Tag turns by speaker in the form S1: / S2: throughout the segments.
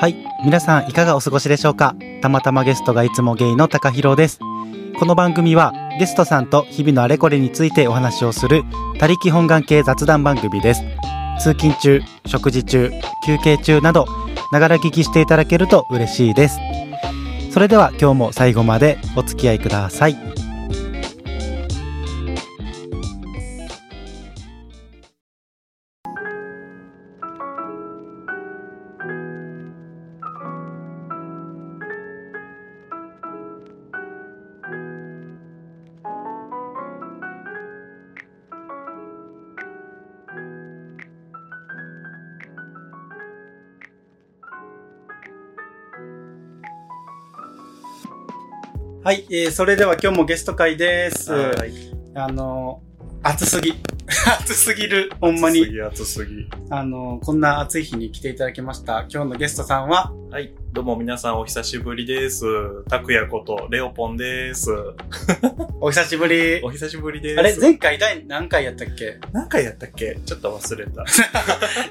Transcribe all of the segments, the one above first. S1: はい皆さんいかがお過ごしでしょうかたまたまゲストがいつもゲイの高博ですこの番組はゲストさんと日々のあれこれについてお話をする他力本願系雑談番組です通勤中食事中休憩中などながら聞きしていただけると嬉しいですそれでは今日も最後までお付き合いくださいはい、えーそれでは今日もゲスト会です
S2: はい。
S1: あの暑すぎ 暑すぎるほんまに
S2: 暑すぎ、暑す
S1: あの、こんな暑い日に来ていただきました。今日のゲストさんは、
S2: ぎ。はい。どうも皆さんお久しぶりです。たくやこと、レオポンです。
S1: お久しぶり。
S2: お久しぶりです。
S1: あれ、前回第何回やったっけ
S2: 何回やったっけちょっと忘れ た。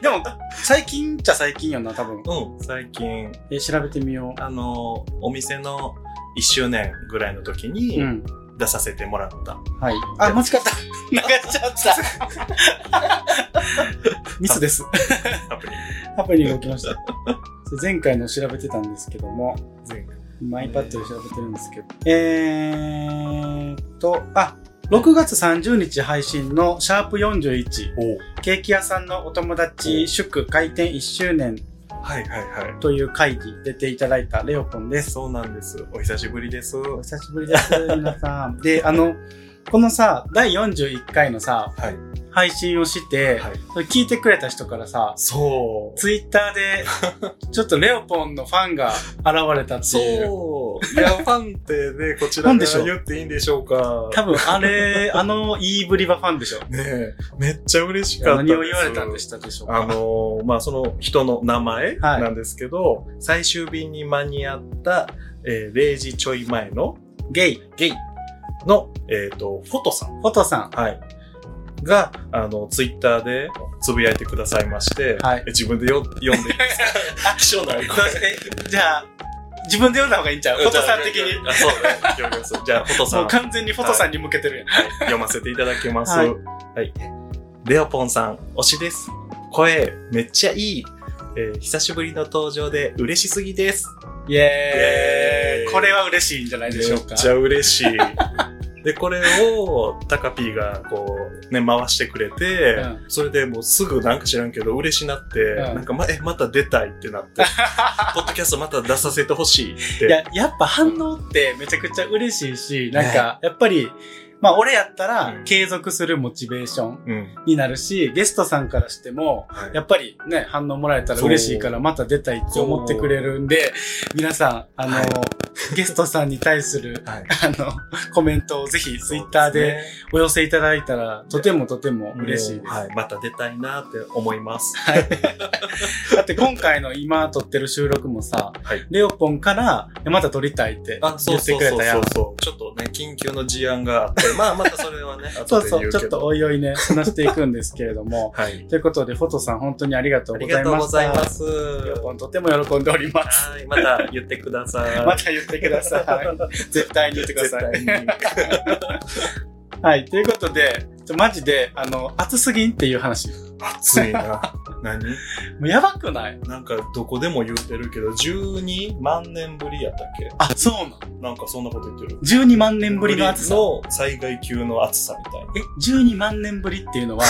S1: でも、最近っちゃ最近よな、多分。
S2: うん。最近、
S1: え、調べてみよ
S2: あの、お店の1周年ぐらいの時
S1: う。う
S2: に
S1: ん。
S2: 出させてもらった。
S1: はい。あ、間違った。流しちゃった。 ミスです。
S2: アプリ。
S1: アプリが起きました。そう前回の調べてたんですけども、
S2: 前回。
S1: 今 iPad で調べてるんですけど。えーっと、あ、6月30日配信のシャープ41。
S2: お
S1: ケーキ屋さんのお友達祝開店1周年
S2: はいはいは
S1: という会議出ていただいたレオポンで
S2: い。
S1: す。
S2: そうなんです。お久しぶりです。
S1: お
S2: は
S1: 久しぶりです、皆さ ん。で、あの、このさ、第41回のさ、
S2: い。
S1: 配信をして、
S2: はい。
S1: それ聞いてくれた人からさ、
S2: そう。
S1: ツイッター で、ちょっとレオポンのファンが現れたっていう。
S2: そう。いや、ファンってね、こちら
S1: なん
S2: か
S1: でしょう
S2: ら言っていいんでしょうか。
S1: 多分、あ れ、あの言いぶりはファンでしょ。
S2: ねえ、めっちゃ嬉しかった
S1: 何を言われたんで
S2: し
S1: したでしょう
S2: あ
S1: か。
S2: のーまあ、その人の名前
S1: はい
S2: なんですけど、最終便に間に合った、えー0時ちょい前の
S1: ゲイ、
S2: ゲイの、えっ、と、フォトさん。
S1: フォトさん。
S2: はい。が、あの、ツイッターでつぶやいてくださいまして、
S1: はい
S2: 自分でよ読んでい いですか気象ない
S1: そしてじゃあ、自分で読んだ方がいいんちゃうフォトさん的 に。
S2: あそうね 読みます。じゃあ、フォトさ
S1: も
S2: ん
S1: う。完全にフォトさんに向けてるやん。
S2: はい、 読ませていただきます。
S1: は
S2: はいい、レオポンさん、推しです。声、めっちゃいい。えー久しぶりの登場で嬉しすぎです。
S1: イエーイ
S2: イエーイ
S1: これは嬉しいんじゃない
S2: め
S1: でしょうか
S2: っ。ちゃ嬉しい。 で、これを、タカピーが、こう、ね、回してくれて、
S1: う
S2: それでもうすぐなんか知らんけど、嬉しなって、
S1: うん
S2: なんか、ま、え、また出たいって なって、ポッドキャストまた出させてほしいって。
S1: いや、やっぱ反応ってめちゃくちゃ嬉しいし、なんか、やっぱり、まあ俺やったら
S2: うん
S1: 継続するモチベーション
S2: うん。
S1: になるし、ゲストさんからしても、
S2: はい
S1: やっぱりね、反応もらえたら嬉しいからまた出たいって思ってくれるんで、皆さん、あの、
S2: はい
S1: ゲストさんに対する、
S2: はい。
S1: あの、コメントをぜひツイッターでお寄せいただいたら、とてもとても
S2: そうです
S1: 嬉しい
S2: ね、
S1: です。
S2: はい。また出たいなって思います。
S1: だって今回の今撮ってる収録もさ、
S2: はい
S1: レオポンからえまた撮りたいって
S2: あ、そ
S1: 言
S2: う
S1: って
S2: そう
S1: く
S2: そ
S1: れ
S2: う
S1: たや
S2: そ
S1: ん
S2: う。そう。ちょっとね、緊急の事案があ って、まあまたそれはね、
S1: そ
S2: 後
S1: う
S2: で
S1: そ
S2: 言うけ
S1: う、
S2: ど。
S1: ちょっとおいおいね、話していくんですけれども。
S2: はい。
S1: ということで、フォトさん本当にありがと
S2: あ
S1: うご
S2: り
S1: ざ
S2: が
S1: い
S2: とう
S1: ま
S2: ご
S1: し
S2: ざ
S1: た。
S2: います。
S1: レオポンとても喜んでおります。
S2: はい、また言ってくださ い。
S1: また言ってくださ い。絶対に言ってください。
S2: 絶対に。
S1: はい、ということで、ちょマジで、あの、暑すぎんっていう話。
S2: 暑いな。何
S1: もうやばくない
S2: なんかどこでも言ってるけど、12万年ぶりやったっけ
S1: あ、そうなん。
S2: なんかそんなこと言ってる。
S1: 12万年ぶりの暑さ。
S2: の災害級の暑さみたいな。
S1: え、12万年ぶりっていうのは、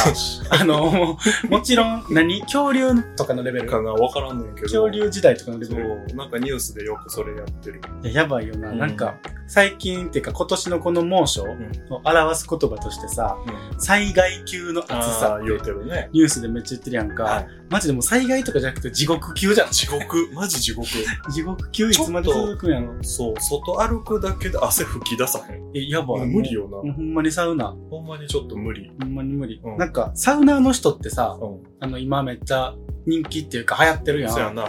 S1: あの、もちろん、何恐竜とかのレベル
S2: かなわからんねんけど。
S1: 恐竜時代とかのレ
S2: そ
S1: ベル。
S2: う。なんかニュースでよくそれやってる。
S1: いややばいよな。
S2: うん
S1: なんか、最近っていうか今年のこの猛暑を
S2: うん。
S1: 表す言葉としてさ、
S2: うん、
S1: 災害級の暑
S2: あ
S1: さ
S2: あ、。言うてるね。
S1: ニュースでめっちゃ言ってるやんか。
S2: はい
S1: マジでもう災害とかじゃなくて地獄級じゃん。
S2: 地獄、マジ地獄。
S1: 地獄級いつまで続くんやろ。
S2: そう、外歩くだけで汗吹き出さへん。
S1: え、やばい。
S2: 無理よ
S1: もう。
S2: な。
S1: ほんまにサウナ。
S2: ほんまにちょっと無理。
S1: ほんまに無理。
S2: うん
S1: なんか、サウナーの人ってさ、
S2: うん。
S1: あの、今めっちゃ人気っていうか流行ってるやん。
S2: そやな。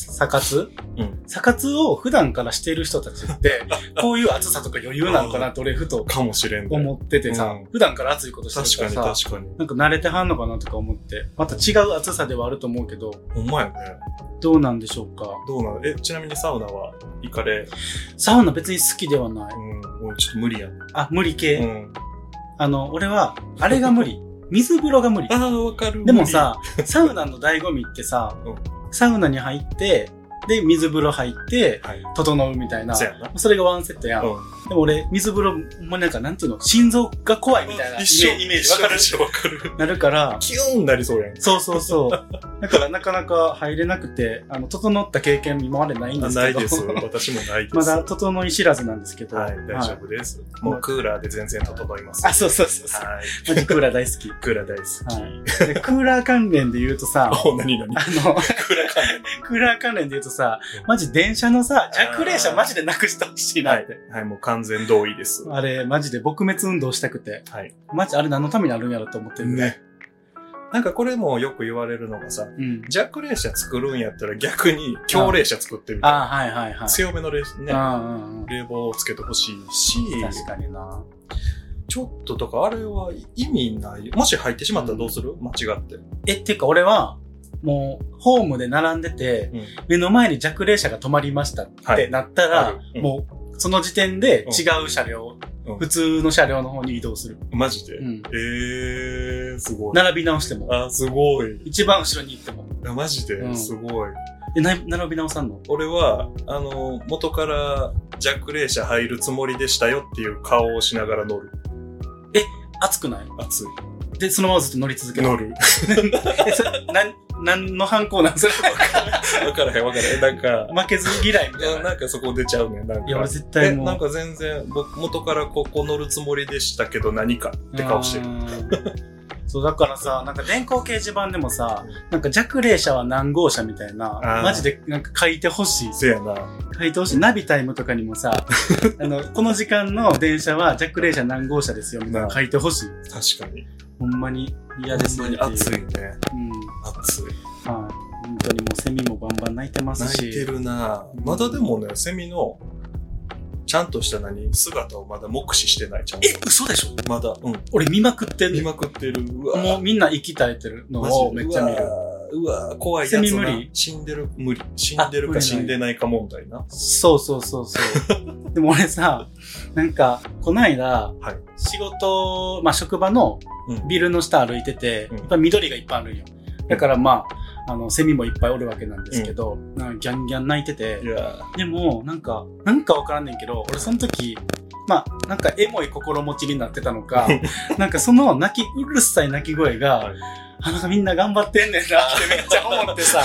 S1: サカツ
S2: うん。
S1: サカツを普段からしてる人たち って、こういう暑さとか余裕なんかなって俺ふと
S2: かもしれんね。
S1: 思っててさ、
S2: うん
S1: 普段から暑いことして
S2: 確
S1: る
S2: か
S1: か
S2: に
S1: らさ、
S2: 確かに。
S1: なんか慣れてはんのかなとか思って、また違う暑さではあると思うけど、
S2: ほんまやね。
S1: どうなんでしょうか。
S2: どうなのえ、ちなみにサウナは行かれ、。
S1: サウナ別に好きではないう
S2: ん、もうちょっと無理やん。
S1: あ、無理
S2: う
S1: 系。
S2: ん。
S1: あの、俺は、あれが無理。水風呂が無理。
S2: ああ、わかる。
S1: でもさ、サウナの醍醐味ってさ
S2: うん、
S1: サウナに入って、で、水風呂入って、
S2: 無理、は
S1: 整うみたい
S2: い。
S1: な。
S2: そうやな。
S1: それがワンセットやん。
S2: う
S1: でも俺、水風呂、もうなんか、なんていうの、心臓が怖いみたいなイメー
S2: 一緒、
S1: ジ、イメージわかる
S2: 一緒わかる。
S1: なるから、
S2: キューンなりそうやん。
S1: そうそうそう。だからなかなか入れなくて、あの、整った経験今までないんですけど。
S2: ないです。私もないで す。
S1: まだ整い知らずなんですけど。
S2: はい、大丈。夫です。もうクーラーで全然整います。
S1: あ、そうそうそうそう。
S2: はい。
S1: マジクーラー大好き。
S2: クーラー大好
S1: はい。でクーラー関連で言うとさ、
S2: き。お、なになに
S1: あの、
S2: クーラー関
S1: クーラー関連で言うとさ
S2: う、ん
S1: マジ電車のさ、弱冷車マジでなくしてほしい
S2: 連。
S1: な
S2: は
S1: って。
S2: い。はい、もう完全同意です。
S1: あれ、マジで撲滅運動したくて。
S2: はい。
S1: マジあれ何のためにあるんやろと思ってるぐらい。
S2: ね。なんかこれもよく言われるのがさ、
S1: うん。
S2: 弱冷車作るんやったら逆に強冷車作ってみたい
S1: ああ、はいはいはい。
S2: 強めの冷,、ね、
S1: うんうんうん。
S2: 冷房をつけてほしいし、
S1: 確かにな。
S2: ちょっととかあれは意味ない。もし入ってしまったらどうする、間違って。
S1: え、っていうか俺は、もう、ホームで並んでて、
S2: うん。
S1: 目の前に弱冷車が止まりましたっ
S2: は
S1: て
S2: い
S1: なったら、
S2: あるうん
S1: もう、その時点で
S2: うん
S1: 違う車両、
S2: うん
S1: 普通の車両の方に移動する。
S2: マジで、
S1: うん
S2: えー、すごい。
S1: 並び直しても。
S2: あ、すごい。
S1: 一番後ろに行っても。
S2: あマジ
S1: う
S2: で
S1: ん
S2: すごい。
S1: え、な並び直さんの
S2: 俺は、あの、元から弱冷車入るつもりでしたよっていう顔をしながら乗る。
S1: 熱くない
S2: 熱い。
S1: で、そのままずっと乗り続ける。
S2: 乗る。
S1: え、それ、 なん、なんの反抗なんそれ。
S2: わからへんわからへん。なんか、
S1: 負けず嫌 いみ
S2: い
S1: た
S2: や
S1: いな。
S2: なんかそこ出ちゃうね。なんか。
S1: いや、俺絶
S2: え
S1: 対もう。
S2: なんか全然僕元からここ乗るつもりでしたけど何かって顔してる
S1: る。そう、だからさ、なんか電光掲示板でもさ、なんか弱冷車は何号車みたいな
S2: あ、ー
S1: マジでなんか書いてほしい。
S2: せやな
S1: 書いてほしい。ナビタイムとかにもさ、あの、この時間の電車は弱冷車何号車ですよみたいなの書いてほしい。
S2: 確かに
S1: ほんまに嫌ですねっていう。
S2: 暑いね
S1: うん。
S2: 暑い
S1: はい。本当にもうセミもバンバン鳴いてますし。
S2: 泣いてるなまだでもねセミのちゃんとした何姿をまだ目視してないちゃんと
S1: え、嘘でしょ
S2: まだうん
S1: 俺見まくってん
S2: 見
S1: の
S2: まくってるうわ
S1: もうみんな息絶えてるのをめっちゃ見る
S2: う。わうわ怖いやつ
S1: セミ無
S2: な
S1: 理
S2: 死んでる無理死んでる
S1: あ
S2: か
S1: 無理
S2: 死
S1: なんや
S2: んでないか問題な
S1: そうそうそう そう。でも俺さ、なんか、こないだ、
S2: はい
S1: 仕事、まあ職場の
S2: うん
S1: ビルの下歩いてて、
S2: うん
S1: やっぱ緑がいっぱいあるんよ。だからまあ、あの、セミもいっぱいおるわけなんですけど、なんかギャンギャン鳴いてて
S2: い、や
S1: でも、なんか、なんかわからんねんけど、俺その時、まあ、なんかエモい心持ちになってたのか、 なんかその泣き、うるさい泣き声が、
S2: はい
S1: あ、なんかみんな頑張ってんねんなってめっちゃ思って さ、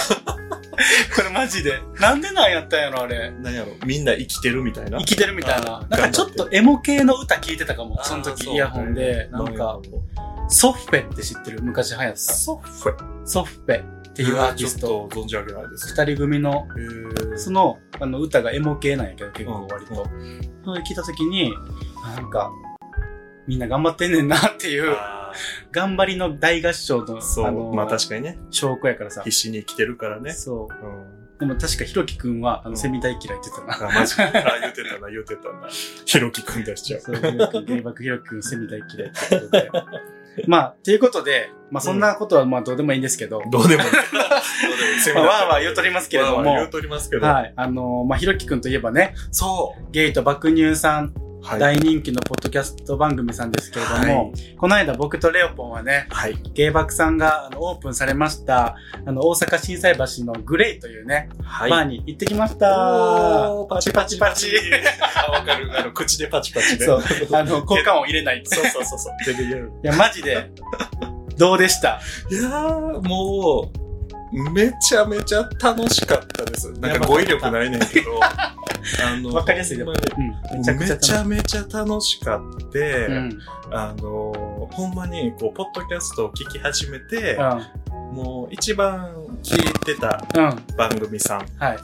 S1: これマジで、なんでなんやったんやろ、あれ。
S2: 何やろみんな生きてるみたいな
S1: 生きてるみたいな
S2: あ。
S1: なんかちょっとエモ系の歌聞いてたかも、その
S2: あー
S1: 時
S2: う
S1: イヤホンで。なんか、ソフェって知ってる昔流行った。
S2: ソフェっ
S1: ソフェって
S2: て
S1: い
S2: いう
S1: う
S2: ア
S1: ア
S2: ー
S1: ー
S2: テ
S1: テ
S2: ィ
S1: ィ
S2: ス
S1: ス
S2: ト
S1: ト。
S2: 存じ上げないです。
S1: 二人組の、
S2: へー
S1: その、あの、歌がエモ系なんやけど、結
S2: う
S1: 構
S2: ん
S1: 割と。それ聞いた時に、あなんか、みんな頑張ってんねんなっていう、
S2: あ
S1: 頑張りの大合唱の、
S2: ーそう、
S1: あの、
S2: まあ確かにね、
S1: 証拠やからさ
S2: 必。死に生きてるからね。
S1: そう。
S2: うん。
S1: でも確かひろきくんは、あ
S2: うん
S1: の、セミ大嫌いって言ってたな。
S2: あ、マジか。あ、言うてたな、言うてたな。ひろきくん出しちゃう。
S1: そう、ひろきくん、原爆ひろきくん、セミ大嫌いってことで。まあ、ということで、まあそんなことはまあどうでもいいんですけど、
S2: どうで もいい。
S1: まあ、わーわー言うとりますけれど
S2: わーわー言う
S1: も、
S2: とりますけど。
S1: はい、あのーまあひろきくんといえばね、
S2: そ
S1: ゲイと爆乳さん、
S2: う。はい。
S1: 大人気のポッドキャスト番組さんですけれども、この間僕とレオポンはね、
S2: はい。
S1: ゲイバクさんがあのオープンされました、あの、大阪心斎橋のグレイというね、
S2: は
S1: バ
S2: い。
S1: ーに行ってきました。
S2: おー
S1: パチパチパチ。
S2: あ、わかる。あの、口でパチパチね。
S1: そう
S2: そうそう
S1: あの、交換を入れないって。
S2: そうそうそう。全然やる
S1: いや、マジで、どうでした
S2: いやー、もう、めちゃめちゃ楽しかったです。なんか語彙力ないねんけど。あの
S1: わかりやすいで
S2: ほ
S1: も
S2: んまに
S1: うん、め
S2: めち
S1: ち
S2: ゃ
S1: ゃくちゃ楽しい
S2: めちゃ楽しかった、
S1: うん
S2: あのほんまにこうポッドキャストを聞き始めて、
S1: う
S2: もう一番聞いてた
S1: ん。うん。
S2: 番組さん
S1: はい。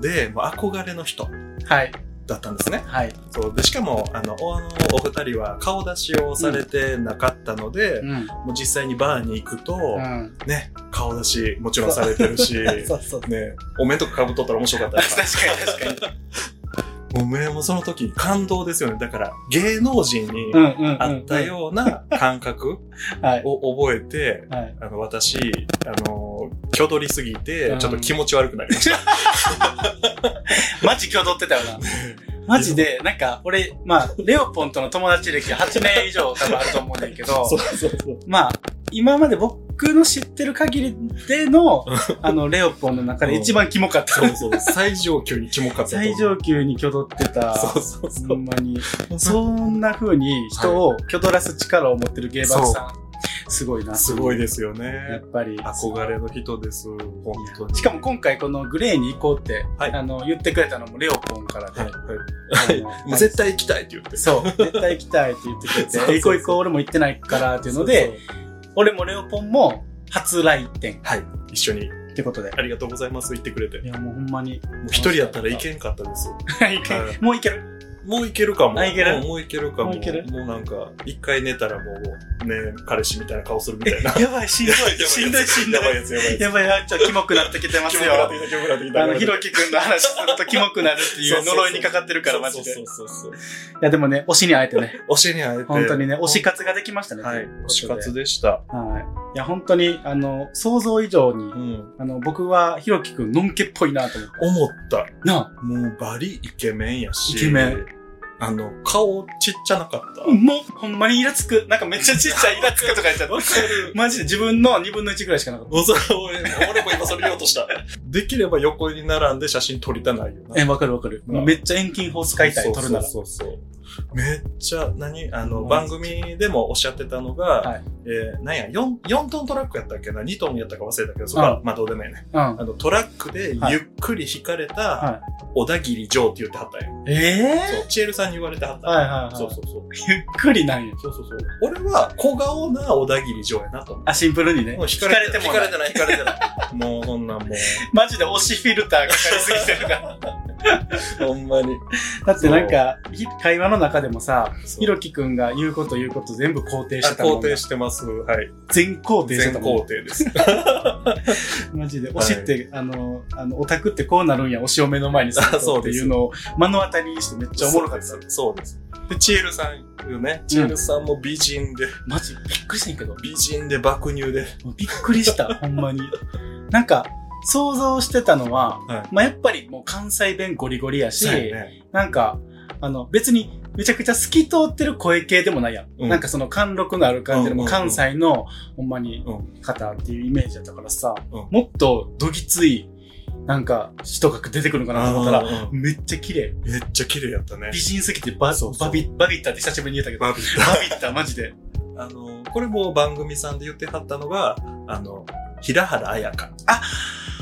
S2: でもう憧れの人
S1: はい。
S2: だったんですね
S1: はい。
S2: そうでしかもあのおあのお二人は顔出しをされてなかったので、
S1: うん。
S2: もう実際にバーに行くと、
S1: うん。
S2: ね顔出しもちろんされてるし
S1: そうそう。
S2: ねお面とかかぶっとったら面白か った
S1: 確
S2: か
S1: かに確かに。
S2: らもう面もその時感動ですよねだから芸能人に
S1: うんうんうん。
S2: あったような感覚
S1: はい。
S2: を覚えて、
S1: はい。
S2: あの、私、あの、もう、気取りすぎて
S1: う、ん
S2: ちょっと気持ち悪くなりました。、
S1: マジ今日撮ってたよな。マジで、なんか、俺、まあ、レオポンとの友達歴8年以上多分あると思うねんだけど
S2: そうそう。
S1: まあ、今まで僕の知ってる限りで の、あの、レオポンの中で一番キモかった。
S2: そうそう。最上級にキモかったと思う。
S1: 最上級に挙取ってた。
S2: そうそうそ
S1: ほ
S2: う。
S1: んまに。そんな風に人を挙取らす力を持ってる芸爆さん。すごいな。
S2: すごい
S1: で
S2: ですよ
S1: やっ
S2: ね。
S1: ぱり。
S2: 憧れの人です。本当に。
S1: しかも今回このグレーに行こうって、
S2: はい
S1: あの、言ってくれたのもレオポンからで。
S2: はい、はい。
S1: あの
S2: もう絶対行きたいって言って。
S1: そう、絶対行きたいって言ってくれ
S2: そうそうそう
S1: て、行こう行こう、俺も行ってないからっていうので、俺もレオポンも初来店
S2: そうそう、はい。一緒に、
S1: ってことで。
S2: ありがとうございます、言ってくれて。
S1: いや、もうほんまに。
S2: もう一人やったらいけんかったです。
S1: はいけ
S2: は
S1: もういける。
S2: もういけるかも。
S1: あいける
S2: もうもういけるかも。
S1: もういける
S2: もうなんか、一回寝たらもう、ね、彼氏みたいな顔するみたいな。
S1: やばい、しんど
S2: やばいや
S1: い、
S2: つ
S1: しんどい、しんど
S2: や
S1: い。
S2: ばいやつ、やばい
S1: や
S2: や
S1: ばいや、ちょっとキモくなってきてま
S2: つ。
S1: す
S2: 気持
S1: よ
S2: ち。悪い、気持ち悪い。
S1: あの、ひろきくんの話するとキモくなるって いう呪いにかかってるから、マジで。
S2: そ
S1: いう
S2: そうそうそう。
S1: や、でもね、推しに会えてね、
S2: 推しに会えて。
S1: 本当にね、推し活ができましたね。
S2: はい
S1: とう。
S2: 推
S1: こと
S2: し
S1: で
S2: 活でした。
S1: はい。いや、本当に、あの、想像以上に
S2: う、ん。
S1: あの、僕はひろきくん、のんけっぽいなと思った。
S2: 思った。
S1: なあ、
S2: もうバリイケメンやし。
S1: イケメン。
S2: あの、顔ちっちゃなかった。
S1: もう、ほんまにイラつく。なんかめっちゃちっちゃいイラつくとか言っちゃった。 マジで自分の2分の1ぐらいしかなかっ
S2: もうそれ俺、俺も今それ言おうとした。できれば横に並んで写真撮りたないよな
S1: た。。え、わかるわかる。
S2: うん
S1: めっちゃ遠近法使いた
S2: そ
S1: い、
S2: う
S1: 撮るなら。
S2: そうそうそう。めっちゃ、何あの、
S1: うん
S2: 番組でもおっしゃってたのが、
S1: はい
S2: えー、なんや、4、4トントラックやったっけな ?2 トンやったか忘れたけど、そこは、まあどうでもいいね。
S1: うん。
S2: あの、トラックでゆっくり引かれた
S1: は、
S2: 小田切城って言ってはったんや。
S1: ええ
S2: そう、チエルさんに言われてはったんや。
S1: はいはいはい
S2: そうそうそう。
S1: ゆっくりなんや。
S2: そうそうそう。俺は小顔な小田切城やなと思う。
S1: あ、シンプルにね。
S2: もう
S1: 惹かれて
S2: 引
S1: も
S2: か
S1: な
S2: れ
S1: い
S2: て。ない、引かれてない。もうそんなんも
S1: マジで推しフィルターかかりすぎてる から。
S2: う、ほんまに。
S1: だってなんか、ひ会話の中でもさ、ひ
S2: 広
S1: ろきくんが言うこと言うこと全部肯定してたも
S2: 肯
S1: ん
S2: 定
S1: な。
S2: してます。はい。
S1: 全肯定して
S2: 全
S1: たも
S2: 肯
S1: ん
S2: 定 です。
S1: マジで。推しって、あの、あの、オタクってこうなるんや、推しを目の前にする
S2: あそ
S1: と
S2: う
S1: って
S2: です
S1: いうのを目の当たりにしてめっちゃおもろかった。
S2: た。そうです。で、チエルさんよね。チエルさんも美人で、
S1: マジ、びっくりしたんやけど。
S2: 美人で爆乳で。
S1: びっくりした、 ほんまに。なんか、想像してたのは、
S2: はい
S1: まあやっぱりもう関西弁ゴリゴリやし、
S2: ね。
S1: なんか、あの、別にめちゃくちゃ透き通ってる声系でもないやん。
S2: うん
S1: なんかその貫禄のある感じで、
S2: うんう
S1: も
S2: んうん
S1: う関西のほんまに
S2: うん
S1: 方っていうイメージだったからさ、
S2: うん
S1: もっとどぎつい、なんか人が出てくるのかなと思ったら、
S2: あー
S1: めっちゃ綺麗。
S2: めっちゃ綺麗やったね
S1: 美。人すぎてバ
S2: そうそう
S1: バビバビったって久しぶりに言えたけど、
S2: バビッ
S1: バビったマジで。
S2: トあの、これも番組さんで言ってはったのが、あの、平原綾香。
S1: あ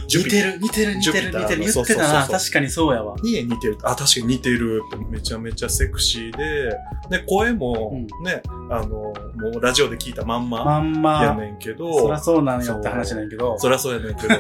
S2: ジ
S1: 似
S2: ュピ
S1: てる、似てる、似てる、
S2: ジュピタ
S1: 似
S2: ーの
S1: てる。
S2: そ
S1: 言
S2: う
S1: っ
S2: そう
S1: て
S2: そうそう
S1: たな。確かにそうやわ。
S2: に似てる。あ、確かに似てるって、めちゃめちゃセクシーで、で、声もね、あの、もうラジオで聞いたまんま
S1: まん
S2: や
S1: ま、
S2: ねんけど、
S1: そらそうなんよって話なんやけど、
S2: そらそうやねんけど、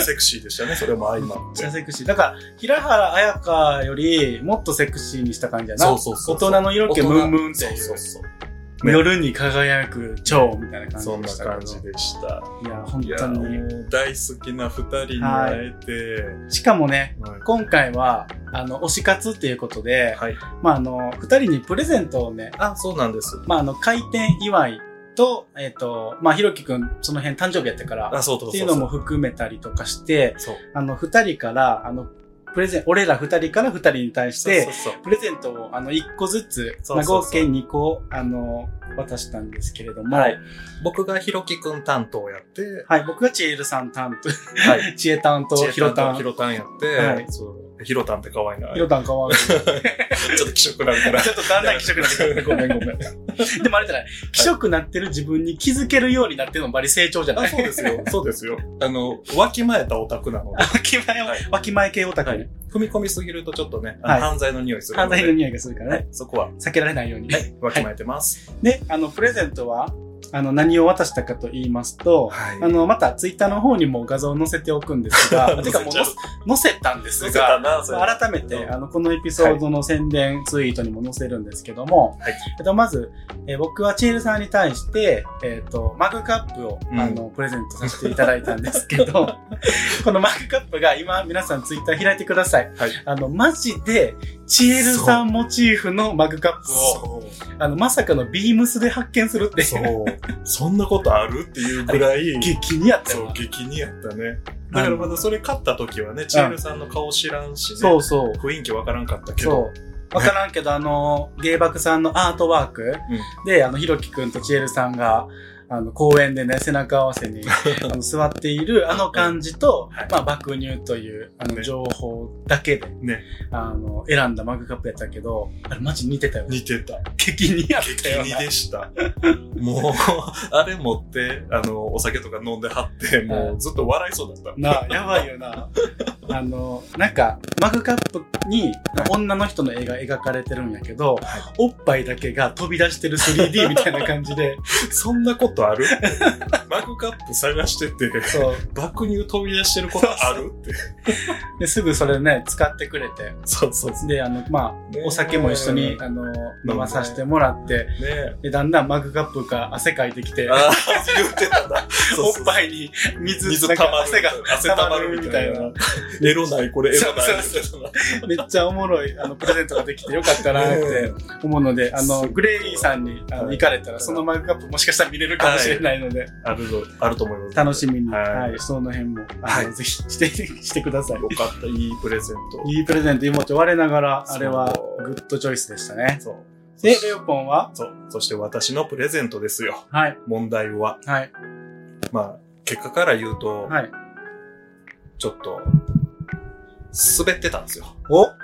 S2: セクシーでしたね、それも相まっ
S1: めっちゃ
S2: て。
S1: セクシー。だから、平原綾香よりもっとセクシーにした感じやな。
S2: そうそうそうそう
S1: 大人の色気ムンムンっていう。
S2: そうそうそう。ね
S1: 夜に輝く蝶みたいな感じ
S2: そん
S1: で
S2: な
S1: した
S2: 感じでした。
S1: いや、本
S2: いや
S1: 当に。
S2: もう大好きな二人に会えて、
S1: しかもね、
S2: はい
S1: 今回は、あの、推し活っていうことで、
S2: はい。
S1: まあ、あの、二人にプレゼントをね、
S2: あ、そうなんです。
S1: まあ、あの、開店祝いと、えっ、と、まあ、ひろきくん、その辺誕生日やったから、
S2: あ、そうそうそうそう。
S1: っていうのも含めたりとかして、
S2: そう。
S1: あの、二人から、あの、プレゼン、俺ら二人から二人に対して、
S2: そうそうそう
S1: プレゼントを、あの、一個ずつ、
S2: そうそうそう
S1: まあ合計2個、あの、渡したんですけれども、
S2: はい。僕がひろきくん担当やって、
S1: はい、僕がチエルさん担当、
S2: はい。
S1: チエタンとヒロタン。
S2: ひ
S1: ヒ
S2: ろたんやって、
S1: はい
S2: そうひろたんって可愛いな。
S1: ロタンかわいい。ちょ
S2: ちょっと気色なるから。
S1: っとだんだん気色になってくる。ごめんごめん。 でもあれじゃない、気色なってる自分に気づけるようになってるのもバリ成長じゃな
S2: あ、
S1: い
S2: そうですよ。そうですよ。あの、わきまえたオタクなので。
S1: わきまえ、
S2: はい
S1: わきまえ系オタク
S2: は
S1: ね、
S2: い踏み込みすぎるとちょっとね、あの
S1: はい
S2: 犯罪の匂いするの
S1: 犯
S2: で。
S1: 罪の匂いがするから
S2: は
S1: ね、
S2: い、そこは、
S1: 避けられないように。
S2: わきまえてます。
S1: で、あの、プレゼントは、あの、何を渡したかと言いますと、
S2: はい
S1: あの、またツイッターの方にも画像を載せておくんです が、てかもう載せ載せたんです
S2: す
S1: が、
S2: な、それ
S1: 改めて、あの、このエピソードの宣伝ツイートにも載せるんですけども、
S2: はい
S1: えっと、まず、えー僕はチールさんに対して、えっ、と、マグカップを、
S2: うん
S1: あの、プレゼントさせていただいたんですけど、 このマグカップが今、皆さんツイッター開いてください。
S2: はい
S1: あの、マジで、チエルさんモチーフのマグカップを、
S2: そ
S1: あの、まさかのビームスで発見するって
S2: う。。そう。そんなことあるっていうぐらい、
S1: 激にやった
S2: そ
S1: よ
S2: う、
S1: な。
S2: 激にやったね。だからまだそれ勝った時はね、チエルさんの顔知らんしね、
S1: そうそう。
S2: 雰囲気わからんかったけど、
S1: そう。わからんけど、あの、芸爆さんのアートワークで、あの、ひろきくんとちえるさんが、あの、公園でね、背中合わ せに、あの、座っている、あの感じと、
S2: はい
S1: まあ、爆乳という、あの、
S2: ね
S1: 情報だけで、
S2: ね
S1: あの、選んだマグカップやったけど、あれ、マジ似てたよ。
S2: 似て た。
S1: 激似やった
S2: 激
S1: よ
S2: 似
S1: な。
S2: でした。もう、あれ持って、あの、お酒とか飲んではって、もうずっと笑いそう だった。
S1: なあ、やばいよ な。あの、なんか、マグカップに女の人の絵が描かれてるんやけど、
S2: はい
S1: おっぱいだけが飛び出してる 3D みたいな感じで、
S2: そんなことある マグカップ探してて、
S1: そう。
S2: 爆乳飛び出してることあるって。
S1: ですぐそれね、使ってくれて。
S2: そうそうそ
S1: で、あの、まあ、
S2: う。ね
S1: お酒も一緒に、あの、飲まさせてもらって、
S2: ね
S1: で、だんだんマグカップから汗かいてきて、
S2: ああ、言ってたな。そう
S1: お
S2: そう
S1: っぱいに水、
S2: 水
S1: なん
S2: 溜
S1: か
S2: まる
S1: 汗が、
S2: 汗溜まるみたい
S1: 溜まる
S2: な。エロない、これエロない。
S1: そうめっちゃおもろい、あの、プレゼントができてよかったなって思うので、あの、
S2: すごい
S1: グレイリーさんにあの
S2: はい
S1: 行かれたら、そのマグカップもしかしたら見れるかもしれないので、
S2: あるぞ、あると思います。
S1: 楽しみに、
S2: はい
S1: はい、その辺も、あ
S2: は
S1: の、
S2: い
S1: ぜひして、してください。
S2: よかった、いいプレゼント。
S1: いいプレゼント、妹、我ながら、あれは
S2: そう、
S1: グッドチョイスでしたね。
S2: そう。
S1: で、
S2: そし
S1: レオポンは
S2: そう。そして私のプレゼントですよ。
S1: はい、
S2: 問題は。
S1: はい、
S2: まあ、結果から言うと、
S1: はい。
S2: ちょっと、滑ってたんですよ。
S1: お
S2: ちょっ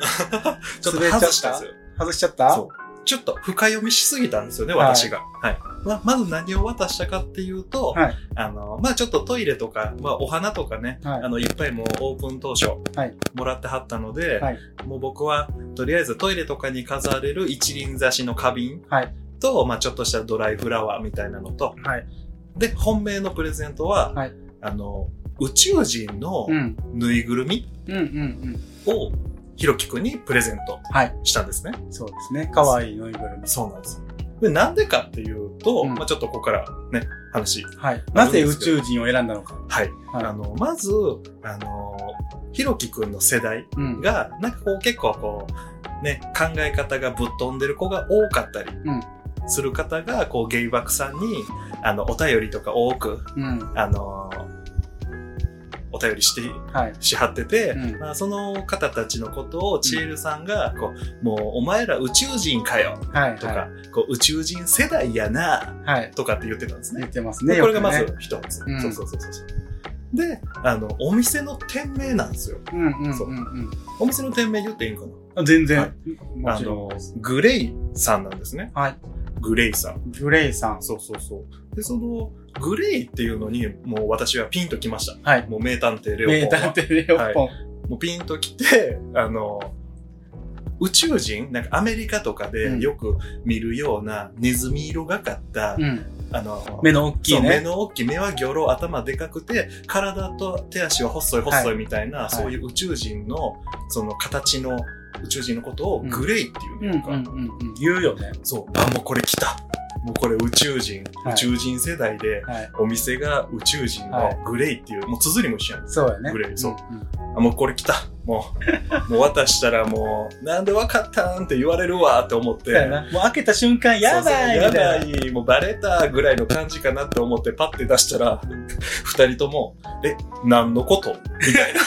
S2: と
S1: 滑っちゃった
S2: 外したんですよ。
S1: 外しちゃった
S2: そう。ちょっと深読みしすぎたんですよね、
S1: はい
S2: 私が。はい。ままず何を渡したかっていうと、
S1: はい
S2: あの、まあちょっとトイレとか、まあお花とかね、
S1: はい
S2: あの、いっぱいもうオープン当初、
S1: はい
S2: もらってはったので、
S1: はい
S2: もう僕は、とりあえずトイレとかに飾れる一輪挿しの花瓶
S1: はい
S2: と、まあちょっとしたドライフラワーみたいなのと、
S1: はい。
S2: で、本命のプレゼントは、
S1: はい
S2: あの、宇宙人の
S1: うん。
S2: ぬいぐるみ
S1: うんうん
S2: を、ひろきくんにプレゼント
S1: はい
S2: したんですね。
S1: うん。そうですね。可愛いぬいぐるみ。
S2: そうなんです。で、なんでかっていうと、
S1: うん
S2: まあちょっとここからね、話。
S1: はい。なぜ宇宙人を選んだのか。
S2: はい。
S1: はい
S2: あの、まず、あの、ひろきくんの世代
S1: うん。
S2: が、なんかこう結構こう、ね、考え方がぶっ飛んでる子が多かったり
S1: ん
S2: する方が、こうゲイバクさんに、あの、お便りとか多く、
S1: うん。
S2: あの、お便りして
S1: はい。
S2: しはってて、
S1: うん
S2: まあ、その方たちのことをチエルさんがこう、もうお前ら宇宙人かよ
S1: はい。
S2: とか、こう宇宙人世代やな
S1: はい。はい。
S2: とかって言ってたんです
S1: 言
S2: ね。
S1: ってますね。
S2: でこれが
S1: よく
S2: ま
S1: ね
S2: ず一つ、
S1: うん
S2: そうそうそうそうそう。で、あの、お店の店名なんですよ。
S1: うんうん
S2: そう
S1: うん
S2: お店の店名言っていいんか
S1: うん。全
S2: は
S1: 然
S2: い。な
S1: も
S2: あ
S1: ちろん
S2: の。、グレイさんなんですね。
S1: はい。
S2: グレイさん。
S1: グレイさん。
S2: そうそうそう。で、その、グレイっていうのに、もう私はピンときました。
S1: はい。
S2: もう名探偵レオポンは。
S1: 名探偵レオポン。
S2: もうピンときて、あの、宇宙人なんかアメリカとか
S1: う
S2: で
S1: ん
S2: よく見るようなネズミ色がかった、
S1: うん。
S2: あの、
S1: 目の大き
S2: そ
S1: いう
S2: 目
S1: ね。
S2: の大きい、目はギョロ、頭でかくて、体と手足は細い細
S1: はい
S2: みたいな、
S1: い
S2: そういう宇宙人の、その形の宇宙人のことを
S1: うん
S2: グレイっていう
S1: う
S2: ね
S1: んう
S2: なんんか、
S1: うんうん。言うよね。
S2: そう、あ、もうこれ来た。もうこれ宇宙人、
S1: はい
S2: 宇宙人世代で、
S1: はい。
S2: お店が宇宙人
S1: は
S2: の
S1: い
S2: グレイっていう、もう綴りも一緒やん。
S1: そうやね。
S2: グレイそうん
S1: ん。
S2: あ、もうこれ来た。もう、もう渡したらもう、なんでわかったんって言われるわって思って。
S1: そうやな。もう開けた瞬間、やばいみ
S2: そうそう
S1: た
S2: や
S1: いな。
S2: ばいもうバレたぐらいの感じかなって思ってパッて出したら、 二人とも、え、何のことみたいな、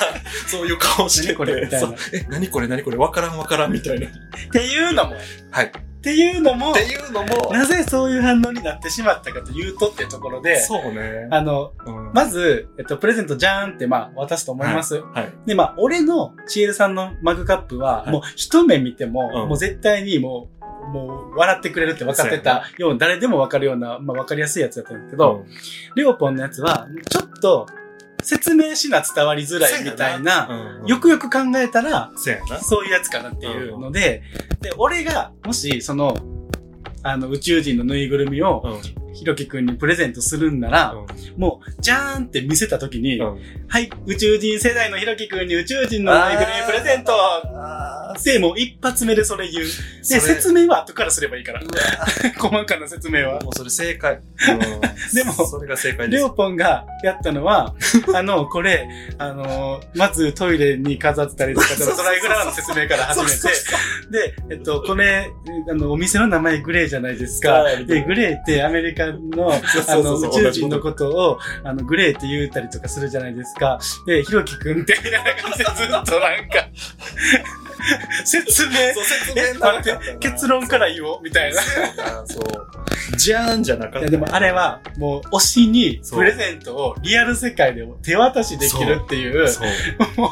S2: そういう 顔し
S1: 何
S2: て
S1: これみた
S2: て、
S1: い
S2: そ
S1: な
S2: うえ、何これ何これわからんわからんみたいな。っ
S1: っていうのも。
S2: はい
S1: っていうのも
S2: て。いうのも、
S1: なぜそういう反応になってしまったかというとっていうところで、
S2: そうね。
S1: あの、
S2: うん
S1: まず、えっと、プレゼントじゃーんって、まあ、渡すと思います。
S2: はい。
S1: で、まあ、俺のチエルさんのマグカップは、
S2: はい
S1: もう一目見ても、
S2: うん
S1: もう絶対にもう、もう、笑ってくれるって分かってたような、誰でも分かるような、まあ、分かりやすいやつだったんですけど、レオポンのやつは、ちょっと、説明しな伝わりづらいみたいな、
S2: うん、うん
S1: よ、くよく考えたら、
S2: せやな。
S1: そういうやつかなっていうので、で、俺が、もし、その、あの、宇宙人のぬいぐるみを、
S2: うん。
S1: ひろきくんにプレゼントするんなら、
S2: う
S1: もう、じゃーんって見せたときに、
S2: ん。うん
S1: はい、宇宙人世代のひろきくんに宇宙人のぬいぐるみプレゼント
S2: あ
S1: で、もう一発目でそれ言う。で、
S2: それ
S1: 説明は後からすればいいから
S2: う。
S1: 細かな説明は。
S2: もうそれ正 解。
S1: でも
S2: それが正解で
S1: レ
S2: す
S1: オ。ポンがやったの は、あの、これ、あの、まずトイレに飾ったりとか、
S2: そうそうそう
S1: ドライフラワーの説明から始め
S2: そうそう
S1: て、
S2: そ
S1: で、えっと、これ、あの、お店の名前グレーじゃないですか。
S2: はい
S1: で、グレーってアメリカの、あ
S2: そうそう
S1: の、
S2: そう
S1: 宇宙人のことを、あの、グレーって言うたりとかするじゃないですか。で、ひろきくんって、みたいな感じでずっとなんか、 説明、
S2: そう説
S1: え、
S2: 明
S1: 待って、結論から言おう、みたいな。
S2: あーそう。じゃーんじゃなかっ
S1: いや
S2: た。
S1: でもあれはもう推しに
S2: そう
S1: プレゼントをリアル世界でも手渡しできるっていう、
S2: そう、
S1: も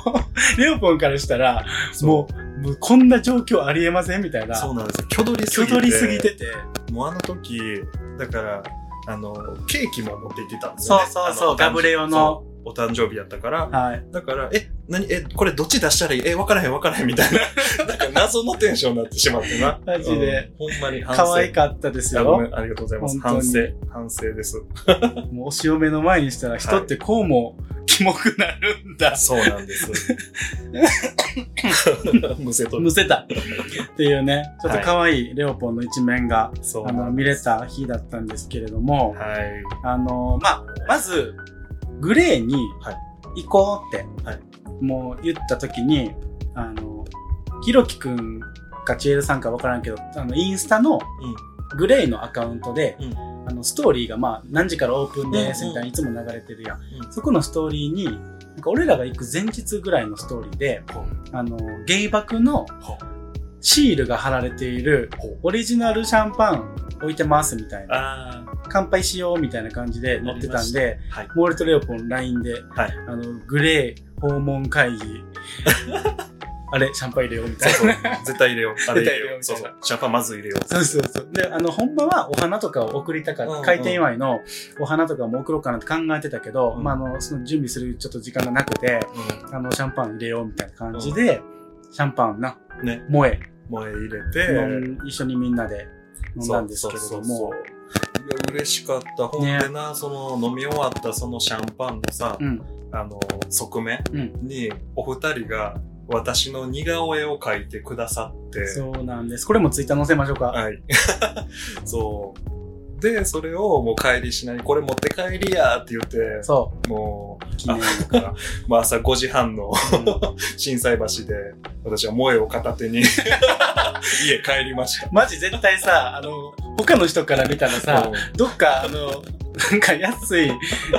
S1: う、レオポンからしたら、もう、もうこんな状況ありえませんみたいな。
S2: そうなんですよ。挙取りすぎ
S1: 挙
S2: て。
S1: 取りすぎてて。
S2: もうあの時、だから、あの、ケーキも持って行ってたんです
S1: そ
S2: よ、ね
S1: う。そう
S2: あ
S1: そ
S2: の
S1: う、ガブレオ。の
S2: そ。うお誕生日やったから、
S1: はい。
S2: だから、え、何、え、これどっち出したらいいえ、わからへんわからへんみたいな、 なんか謎のテンションになってしまってな。
S1: マジで
S2: うん。ほんまに反省。
S1: 可愛かったです
S2: あごめ
S1: よ。
S2: んありがとうございます。
S1: 本
S2: 反
S1: 当に
S2: 省。反省です。
S1: もう推し嫁の前にしたら人ってこうもキモくなるんだ。
S2: そうなん です。 むせとる
S1: む。せた。っていうね、ちょっと可愛いレオポンの一面が、
S2: そう
S1: あの、見れた日だったんですけれども、
S2: はい。
S1: あのまあ、まず、グレーに
S2: はい
S1: 行こうって、
S2: はい
S1: もう言った時に、あの、ひろきくんかちえるさんかわからんけど、あの、インスタのグレーのアカウントで、
S2: うん
S1: あの、ストーリーがまあ、何時からオープンです
S2: うんうん
S1: みたいにいつも流れてるやん。
S2: うん
S1: そこのストーリーに、なんか俺らが行く前日ぐらいのストーリーで、
S2: ほう
S1: あの、ゲイバクの
S2: ほ
S1: シールが貼られている
S2: ほう
S1: オリジナルシャンパン置いてますみたいな。
S2: あ
S1: 乾杯しようみたいな感じで乗ってたんで、
S2: あ、はい。
S1: モールとレオポン LINE で、
S2: はい
S1: あの、グレー訪問会議、 あれ、シャンパン入れようみた
S2: そう
S1: い
S2: そう。絶対入れよう。あれ
S1: 絶対入
S2: 入
S1: れ
S2: れ
S1: よ
S2: よ
S1: う
S2: う。
S1: みた
S2: そ
S1: いうな
S2: そう。シャンパンまず入れよう。
S1: な。そうそうそう。で、あの、ほんまはお花とかを送りたかっ
S2: うん
S1: た。
S2: うん
S1: 開店祝いのお花とかも送ろうかなって考えてたけど、
S2: うん
S1: まあ、あの、その準備するちょっと時間がなくて、
S2: う
S1: あの、シャンパン入れようみたいな感じで、シャンパンな、
S2: ね
S1: 萌え、
S2: ん。もう入れ
S1: 飲
S2: て、
S1: ん一緒にみんなで飲んだんですけれ
S2: そ
S1: ど
S2: う
S1: も
S2: そうそう、そう。いや、嬉しかった。ほんでな、その飲み終わったそのシャンパンのさ、
S1: うん、
S2: あの、側面
S1: うん。
S2: に、お二人が私の似顔絵を描いてくださって、
S1: そうなんです。これもツイッター載せましょうか。
S2: はい。 そう。で、それをもう帰りしない、これ持って帰りやって言って、
S1: そ
S2: もう、
S1: う、記念の
S2: だから、 まあ朝5時半の 震災橋で、私は萌えを片手に 家帰りました。
S1: マジ絶対さ、あの、他の人から見たらさ、どっかあの、なんか安い、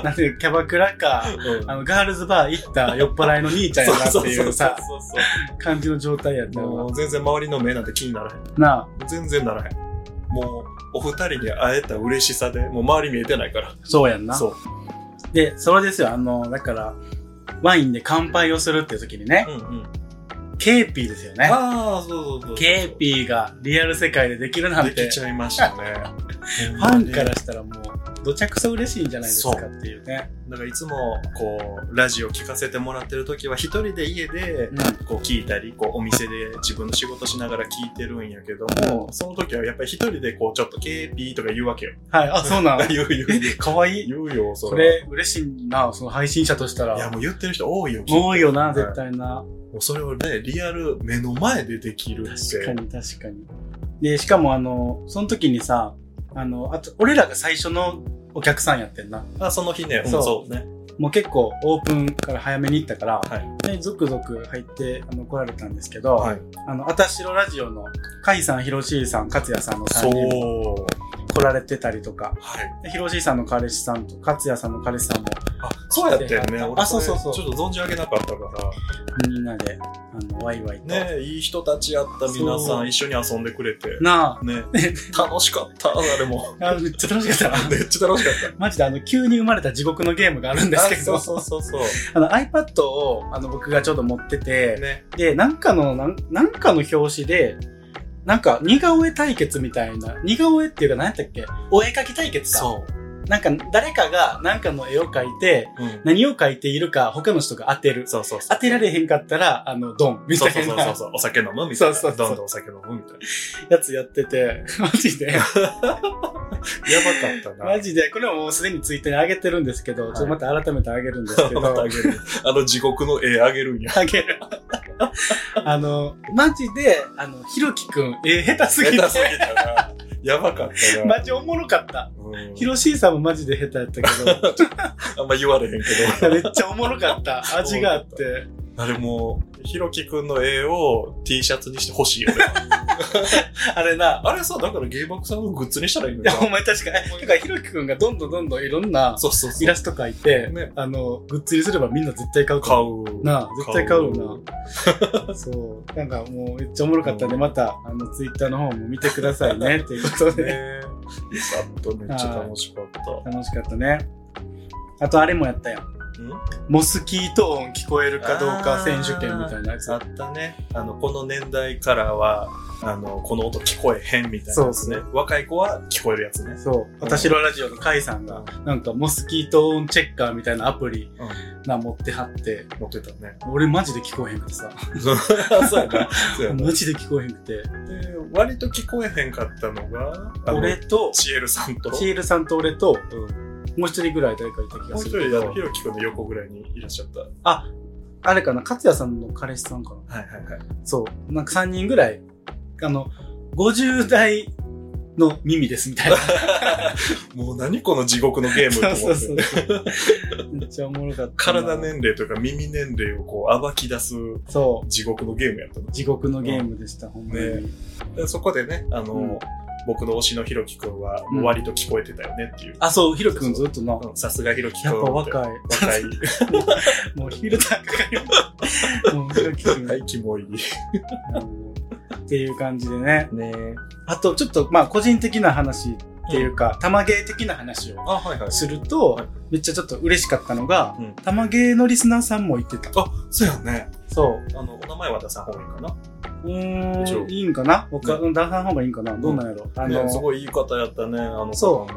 S1: なんていうキャバクラか、
S2: うん
S1: あの、ガールズバー行った酔っ払いの兄ちゃんやなっていうさ、
S2: そうそうそう
S1: 感じの状態やった
S2: そうも
S1: よ
S2: う全然周りの目なんて気にならへん。
S1: な。なあ、
S2: 全然ならへん。もう、お二人に会えた嬉しさで、もう周り見えてないから。
S1: そうやんな。
S2: そう。
S1: で、それですよ、あの、だから、ワインで乾杯をするっていう時にね
S2: う、んうん。
S1: ケーピーですよね。
S2: ああ、そうそうそうそう。
S1: ケーピーがリアル世界でできるなん
S2: で
S1: て
S2: き、ちゃいました ね。
S1: ファンからしたらもう、どちゃくそ嬉しいんじゃないですかっていうね。
S2: なんかいつも、こう、ラジオ聞かせてもらってる時は、一人で家で、こう聞いたり、こうお店で自分の仕事しながら聞いてるんやけども、その時はやっぱり一人でこうちょっと KP とか言うわけよ。
S1: うん。はい、あ、そう なの。
S2: 言う言う言う。
S1: かわいい。
S2: 言うよ、そ
S1: こ
S2: れ。
S1: れ嬉しいな、その配信者とした
S2: いや、
S1: ら。
S2: もう言ってる人多いよ。
S1: 多いよ
S2: は
S1: な、
S2: い
S1: 絶対な。
S2: もうそれをね、リアル目の前でできるって。
S1: 確かに確かに。で、しかもあの、その時にさ、あの、あと、俺らが最初のお客さんやってんな。
S2: あ、その日ね、うん
S1: そう
S2: そうね。
S1: もう結構オープンから早めに行ったから、
S2: は
S1: ね、続々入ってあの来られたんですけど、
S2: い。
S1: あの、あたしろラジオの、かいさん、ひろしーさん、かつやさんの
S2: そ
S1: 3人も
S2: う。
S1: 来られてたりとか、
S2: はい。
S1: でひろしーさんの彼氏さんと、かつやさんの彼氏さんも、
S2: あ、そうやったよね。俺
S1: あそうそうそう
S2: れちょっと存じ上げなかったから。
S1: みんなで、あの、ワイワイと。
S2: ねいい人たちやった皆
S1: そ
S2: さ
S1: うん
S2: 一緒に遊んでくれて。
S1: な
S2: ね楽しかった、あれ も。
S1: あ、あめっちゃ楽しかったな。
S2: めっちゃ楽しかった。
S1: マジであの、急に生まれた地獄のゲームがあるんですけど、
S2: あそうそうそうそ
S1: あの iPad をあの僕がちょっと持って
S2: う。
S1: て、
S2: ね。
S1: で、なんかの、なんなんかの表紙で、なんか似顔絵対決みたいな、似顔絵っていうか何やったっけお絵描き対決か。
S2: そう。
S1: なんか誰かがなんかの絵を描いて、
S2: うん。
S1: 何を描いているか他の人が当てる。
S2: そうそうそ
S1: 当
S2: う。
S1: てられへんかったら、あの、ドン、みた
S2: そう
S1: い
S2: そうそうそう
S1: な
S2: そう。お酒飲むみたいな。
S1: そうそうそう
S2: どんどんお酒飲むみたい
S1: やつやってて、 マジで、
S2: な。やばかったな。
S1: マジで、これはもうすでにツイッターに上げてるん ですけど、ちょっとまた改めて上げるんですけど、
S2: またあげる。あの地獄の絵あげるんや。
S1: あげる。あの、マジで、あの、ひろきくん、えー、下手す
S2: 下手
S1: ぎて。
S2: すぎたな。やばかったな。
S1: マジおもろかった。
S2: うん
S1: ひろしーさんもマジで下手やったけど、
S2: あんま言われへん け
S1: め
S2: ど。
S1: っちゃおもろかった。味があって。
S2: あれもう、ひろきくんの絵を T シャツにしてほしいよね。
S1: あれな、
S2: あれさ、だからゲイバクさんのグッズにしたらいいの
S1: いや、お
S2: か。
S1: 前確かに。だからひろきくんがどんどんどんどんいろんな
S2: そうそうそう。
S1: イラスト描いて、
S2: ね
S1: あの、グッズにすればみんな絶対買うから
S2: 買う。
S1: なあ絶対買うよな。そう。なんかもうめっちゃおもろかったんで、また、あの、ツイッターの方も見てくださいね、 っていうことで。
S2: ねえ。さっとめっちゃ楽しかった。
S1: 楽しかったね。あとあれもやったやん。
S2: うん
S1: モスキート音聞こえるかどうか選手権みたいなやつ
S2: あ。ったね。あの、この年代からは、あの、この音聞こえへんみたいなやつね。
S1: そう
S2: 若い子は聞こえるやつね。
S1: そう。私のラジオのカイさんが、なんかモスキート音チェッカーみたいなアプリ
S2: うん
S1: な持ってはって、
S2: 持ってた ね。
S1: 俺マジで聞こえへんからさ。
S2: そうやな。そうやな。
S1: マジで聞こえへんくて。
S2: で、割と聞こえへんかったのが、あの
S1: 俺、と、
S2: チエルさんと、
S1: シールさんと俺と、
S2: うん
S1: もう一人ぐらい誰かいた気
S2: も
S1: が
S2: う
S1: す
S2: 一
S1: るけ
S2: 人、あの、
S1: ど
S2: ひ、ろきくんの横ぐらいにいらっしゃった。は
S1: あ、あれかな、勝也さんの彼氏さんかな。
S2: いはいはい。
S1: そう。なんか3人ぐらい、あの、50代の耳ですみたい な。
S2: もう何この地獄のゲームと思って。
S1: そうそうそう。めっちゃおもろかったな。
S2: 体年齢というか耳年齢をこう暴き出す
S1: そう。
S2: 地獄のゲームやったの。
S1: 地獄のゲームでした、ほんま
S2: ね
S1: に。
S2: でそこでね、あの、
S1: うん
S2: 僕の推しのひろきくんは
S1: うん
S2: 割と聞こえてたよねっていう。
S1: あ、そう、ヒロ君ずっとな。
S2: うんさすがひろきくん。
S1: やっぱ若い。
S2: 若い。
S1: もうヒルターかかり ます。もうヒロキ君
S2: 若いキモい。
S1: っていう感じでね。
S2: ね
S1: あと、ちょっと、まあ、個人的な話っていうか、玉芸的な話を
S2: あ、はいはい。
S1: すると、
S2: はい
S1: めっちゃちょっと嬉しかったのが、
S2: うん
S1: 玉芸のリスナーさんも言ってた。
S2: あ、そうやね。
S1: そう。
S2: あの、お名前は出さん方がいいかな。
S1: うー、
S2: そうん
S1: いいんかな他、うん、出さん方がいいんかなどうなんやろ、あの、
S2: ね、すごいいい方やったね。あの。
S1: そう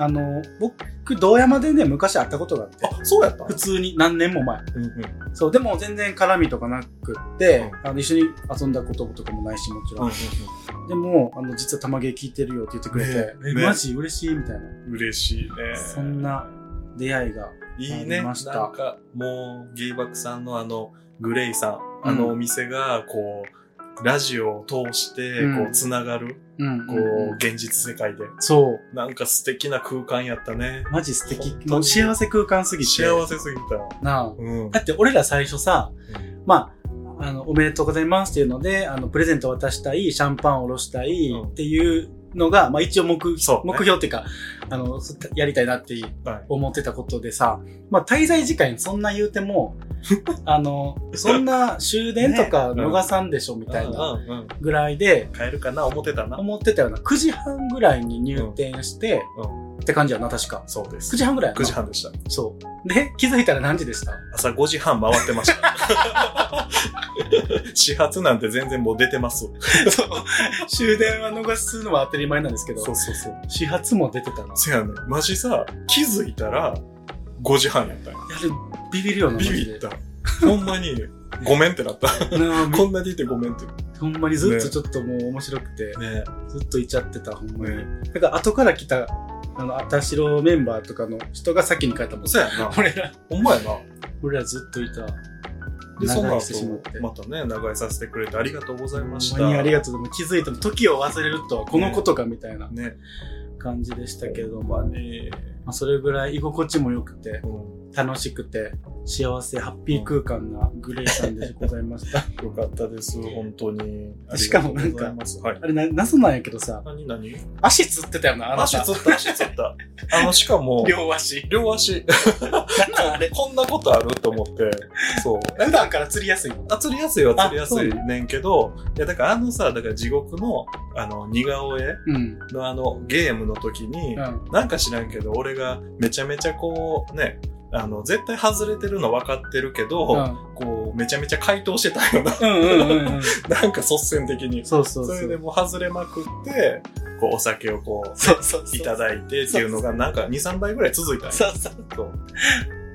S1: あの、僕、道山でね、昔会ったことがあって、
S2: あ、そうやった
S1: 普通に何年も前。
S2: うんうん。
S1: そう、でも全然絡みとかなくって、あの一緒に遊んだこととかもないし、もちろん。でも、あの、実は玉芸聞いてるよって言ってくれて、
S2: ね
S1: え
S2: ね
S1: マジ嬉しいみたいな、
S2: 嬉しいね。
S1: そんな出会いが。
S2: いい
S1: あ
S2: ね。
S1: り
S2: な
S1: ま
S2: ん
S1: した
S2: か、もう、ゲイバクさんのあの、グレイさん、あのお店が、こう、ラジオを通して、
S1: うん
S2: こう、つながる、
S1: うん
S2: こ
S1: うん
S2: う、現実世界で。
S1: そう。
S2: なんか素敵な空間やったね。
S1: マジ素敵
S2: 本当。に
S1: もう幸せ空間すぎて。
S2: 幸せすぎた。
S1: なあ。
S2: うん。
S1: だって俺ら最初さ、
S2: うん
S1: まあ、あの、おめでとうございますっていうので、あの、プレゼント渡したい、シャンパンおろしたい
S2: うん
S1: っていうのが、まあ一応目、
S2: そうね
S1: 目標っていうか、あの、そやりたいなって
S2: はい。
S1: 思ってたことでさ、まあ滞在時間にそんな言うて も、あの、そんな終電とか逃さんでしょみたいな
S2: うんうんうん。
S1: ぐらいで、
S2: 買えるかな思ってたな。
S1: 思ってたような、9時半ぐらいに入店して、
S2: う
S1: って感じやな、確か。
S2: そうです。
S1: 9時半ぐらいやな
S2: 9時。半でした。
S1: そう。で、気づいたら何時でした
S2: 朝5時半回ってました。 始発なんて全然もう出てます。
S1: そう。終電は逃すのは当たり前なんですけど、
S2: そうそうそう。
S1: 始発も出てたな。
S2: せやねん。マジさ、気づいたら5時半やったんや
S1: いやるビビるよな、マ
S2: ビ
S1: ジ
S2: ビっ
S1: で。
S2: た。ほんまに、ごめんって なった。
S1: なあ
S2: こんなにいてごめんって。
S1: ほんまにずっとちょっともう面白くて、
S2: ね
S1: ずっといちゃってた、ほんまに。
S2: ね
S1: だから後から来た、あの、あたしろメンバーとかの人が先に帰ったもん。
S2: そうやな。
S1: 俺ら、
S2: ほんまやな。
S1: 俺らずっといた。
S2: で、その
S1: 長居
S2: 後
S1: してしまって、
S2: またね、長居させてくれてありがとうございまし
S1: ほ
S2: た。
S1: んまにありがとう。でも気づいても時を忘れるとはこのことかみたいな
S2: ね。
S1: 感じでしたけど
S2: ほんま
S1: も、
S2: に。
S1: まあ、それぐらい居心地も良くて、
S2: うん
S1: 楽しくて、幸せ、ハッピー空間なグレイさんでございました。
S2: よかったです、本当に。
S1: しかもなんか
S2: ありがとうございますはい。
S1: あれな、謎なんやけどさ、
S2: 何何
S1: 足つってたよな、あなた。
S2: 足つった、足つった。あの、しかも、
S1: 両足。
S2: 両足、
S1: なんか あれ、
S2: こんなことあると思って、そう。
S1: 普段から釣りやすいの。
S2: あ釣りやすいは釣りや
S1: あ
S2: す
S1: そう
S2: い
S1: な
S2: ねんけど、いや、だからあのさ、だから地獄の、あの、似顔絵
S1: うん。
S2: のあの、ゲームの時
S1: う
S2: に、
S1: ん。
S2: なんか知らんけど、俺がめちゃめちゃこう、ね、あの、絶対外れてるの分かってるけ
S1: う
S2: ど、
S1: ん
S2: こう、めちゃめちゃ回答してたよな。
S1: うんうんうん。
S2: なんか率先的に。
S1: そうそう
S2: そ
S1: そ
S2: れで
S1: う。
S2: もう外れまくって、こう、お酒をこう、
S1: そうそうそう。
S2: いただいてっていうのがなんか2、3杯ぐらい続いたんよ
S1: そうそう。
S2: そう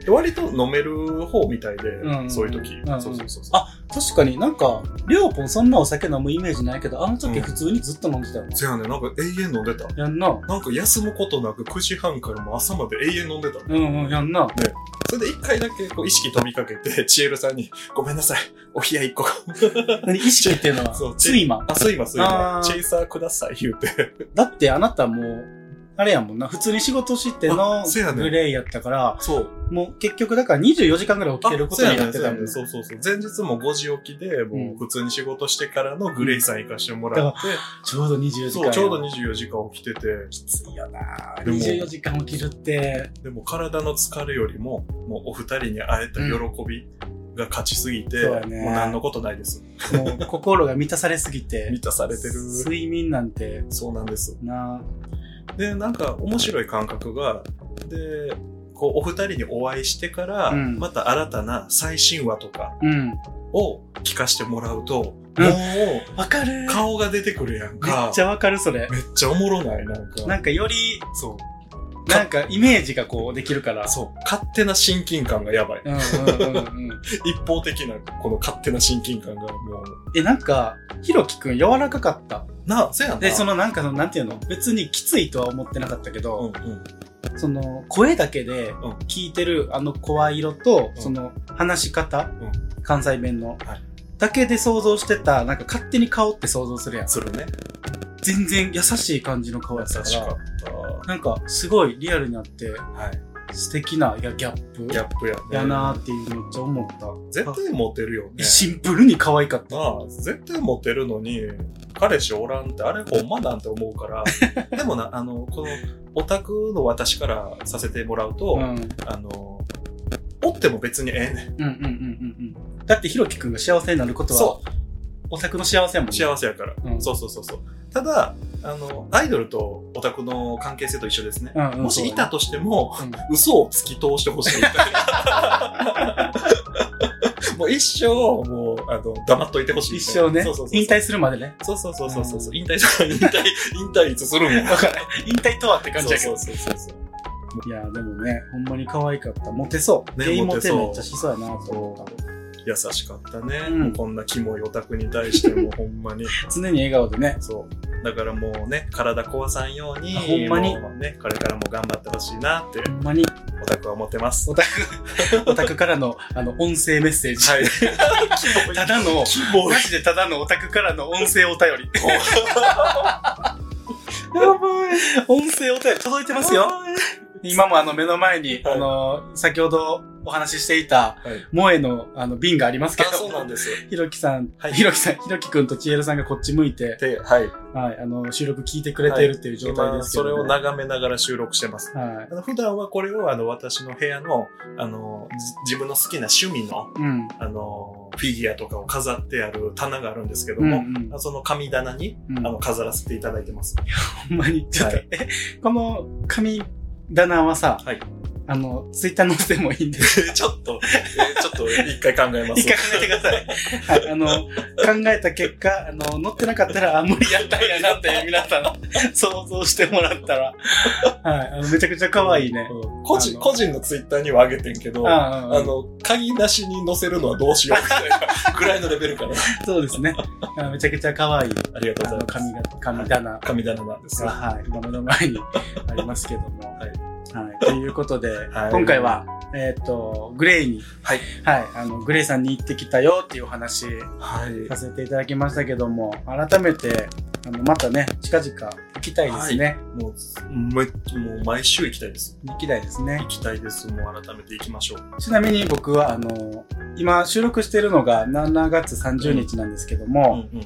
S2: で割と飲める方みたいで、
S1: うんうん
S2: そういう時、
S1: うんうん
S2: そうそうそうそう。
S1: あ、確かになんか、りょうぽんそんなお酒飲むイメージないけど、あの時普通にずっと飲んでたよな。
S2: せやねんなんか永遠飲んでた。
S1: やんな。
S2: なんか休むことなく9時半からもう朝まで永遠飲んでた。
S1: うんうん、やんな。
S2: それで一回だけこう意識飛びかけて、ちえるさんに、ごめんなさい、お冷や一個。
S1: 何 意識っていうのは、
S2: そう
S1: ついま。
S2: あ、すいません、
S1: あー
S2: チェイサーください、言うて。
S1: だってあなたもう、あれやもんな、普通に仕事しての
S2: あそうやね
S1: グレーやったから、
S2: そう。
S1: もう結局だから24時間ぐらい起きてることになってたもん。
S2: そうそうそう。前日も5時起きで、もう普通に仕事してからのグレイさん行かしてもらって、
S1: ちょうど24時間
S2: そう、
S1: や。
S2: ちょうど24時間起きてて、
S1: きついよな
S2: でも
S1: 24時間起きるって、
S2: でも体の疲れよりも、もうお二人に会えた喜びが勝ちすぎて、
S1: そう
S2: も
S1: や
S2: う
S1: ね
S2: 何のことないです。
S1: もう心が満たされすぎて
S2: 満、たされてる。
S1: 睡眠なんて、
S2: そうなんです。
S1: な
S2: で、なんか面白い感覚が、で、こう、お二人にお会いしてから、
S1: うん
S2: また新たな最新話とか
S1: うん。
S2: を聞かしてもらうと、
S1: うん
S2: も
S1: わかる
S2: う、
S1: めっ
S2: 顔が出てくるやんか。
S1: ちゃわかる、それ。
S2: めっちゃおもろないなんか。
S1: なんかより、
S2: そう。
S1: なんかイメージがこうできるから。
S2: そう。勝手な親近感がやばい。
S1: うんうんうんうん。
S2: 一方的な、この勝手な親近感がもう。
S1: え、なんか、ひろきくん柔らかかった。
S2: なあ、せやな。
S1: で、そ
S2: の、
S1: のなんかその、なんていうの別にきついとは思ってなかったけ
S2: うん
S1: ど、
S2: うん。
S1: その、声だけで
S2: ん
S1: 聞いてるあの声色と、
S2: うん
S1: その話し方、関西弁の、
S2: はい
S1: だけで想像してた、なんか勝手に顔って想像するやん。
S2: するね。
S1: 全然優しい感じの顔や
S2: 優
S1: ったか
S2: しからっ、
S1: なんかすごいリアルになって、
S2: た。はい。
S1: 素敵ないやギャップ
S2: ギャップやね。
S1: やなーっていうめっちゃ思った。
S2: 絶対モテるよね。
S1: シンプルに可愛かった。
S2: なあ、絶対モテるのに、彼氏おらんって、あれほんまなんて思う から。でもな、あの、この、オタクの私からさせてもらうと、
S1: うん。うん
S2: あの、おっても別にええねん。
S1: うんうんうんうん。だってひろきくんが幸せになることは
S2: そ、
S1: オタクの幸せやもんね。
S2: 幸せやから、
S1: うん
S2: そうそうそうそうただあのアイドルとオタクの関係性と一緒ですね、
S1: うんうん
S2: もしいたとしても、
S1: そうだね
S2: 嘘を突き通してほし い もう一生もうあの黙っといてほしい
S1: 一生ね
S2: そうそうそう、そう
S1: 引退するまでね。
S2: そうそうそうそうそう、
S1: うん
S2: 引退する引 退引退いつするんや
S1: わからない 引退とはって感じやけ
S2: そ
S1: ど
S2: う。そうそうそう
S1: いやーでもね、ほんまに可愛かった。モテそう。
S2: ね
S1: ゲイモテめ
S2: モ
S1: っちゃ
S2: テそう
S1: しそうやなと思
S2: そ
S1: っ
S2: う優しかったね、
S1: うん
S2: もうこんなキモいオタクに対し てもほんまに
S1: た。常に笑顔でね。
S2: そう。だからもうね、体壊さんように、
S1: あほんまに
S2: もうね、これからも頑張ってほしいなって、
S1: ほんまに、
S2: オタクは思ってます。
S1: オ
S2: は
S1: タク、オタクから の、あの、音声メッセージ。
S2: い。
S1: ただ の、
S2: キモい
S1: マ。ジでただのオタクからの音声お便り。
S2: やばい。
S1: 音声お便り届いてますよ。今もあの目の前に、
S2: はい
S1: あの、先ほどお話ししていた、
S2: はい
S1: 萌えのあの瓶がありますけ
S2: あ、
S1: ど、
S2: そうなんです。
S1: ひろきさん、
S2: はい
S1: ひろきさん、ひろきくんとちえるさんがこっち向いて、
S2: で、はい。
S1: はい、あの、収録聞いてくれているっていう状態
S2: 今、
S1: ですけど、
S2: そ
S1: ね
S2: れを眺めながら収録してます。
S1: は
S2: あの普段はこれをあの私の部屋の、あの、じ自分の好きな趣味の、
S1: い。うん。
S2: あの、フィギュアとかを飾ってある棚があるんですけど
S1: うん、う
S2: も、
S1: ん。
S2: その神棚に、
S1: うん、
S2: あの、飾らせていただいてます。
S1: ほんまに、ちょっと、
S2: はい
S1: え、 この紙棚はさ、
S2: はい。
S1: あの、ツイッター載せてもいいんで、
S2: ちょっと、えーちょっと一回考え ます。
S1: 一回考えてください。はい、あの、考えた結果、あの、乗ってなかったら、あ、無理やったんやなって、皆さん、想像してもらったら、はい、あのめちゃくちゃ可愛いね。
S2: うん個人、
S1: あの
S2: 個人のツイッターには上げてんけど、あ
S1: ああ
S2: の、鍵なしに載せるのはどうしようみたいなぐらいのレベルかな。
S1: そうですね。あのめちゃくちゃ可愛い、
S2: ありがとう
S1: あ
S2: ござ
S1: の、
S2: います。
S1: 紙が、紙棚が、
S2: 神棚なんですよ。
S1: はい、今目の前にありますけども。
S2: はい
S1: はい。ということで、
S2: はい
S1: 今回は、えっ、と、グレイに、
S2: はい。
S1: はい、あの、グレイさんに行ってきたよっていうお話
S2: はい。
S1: させていただきましたけども、改めて、あの、またね、近々行きたいですね。
S2: もう、めもう毎週行きたいです。
S1: 行きたいですね
S2: 行。きたいです。もう改めて行きましょう。
S1: ちなみに僕は、あの、今収録してるのが7月30日なんですけども、
S2: うん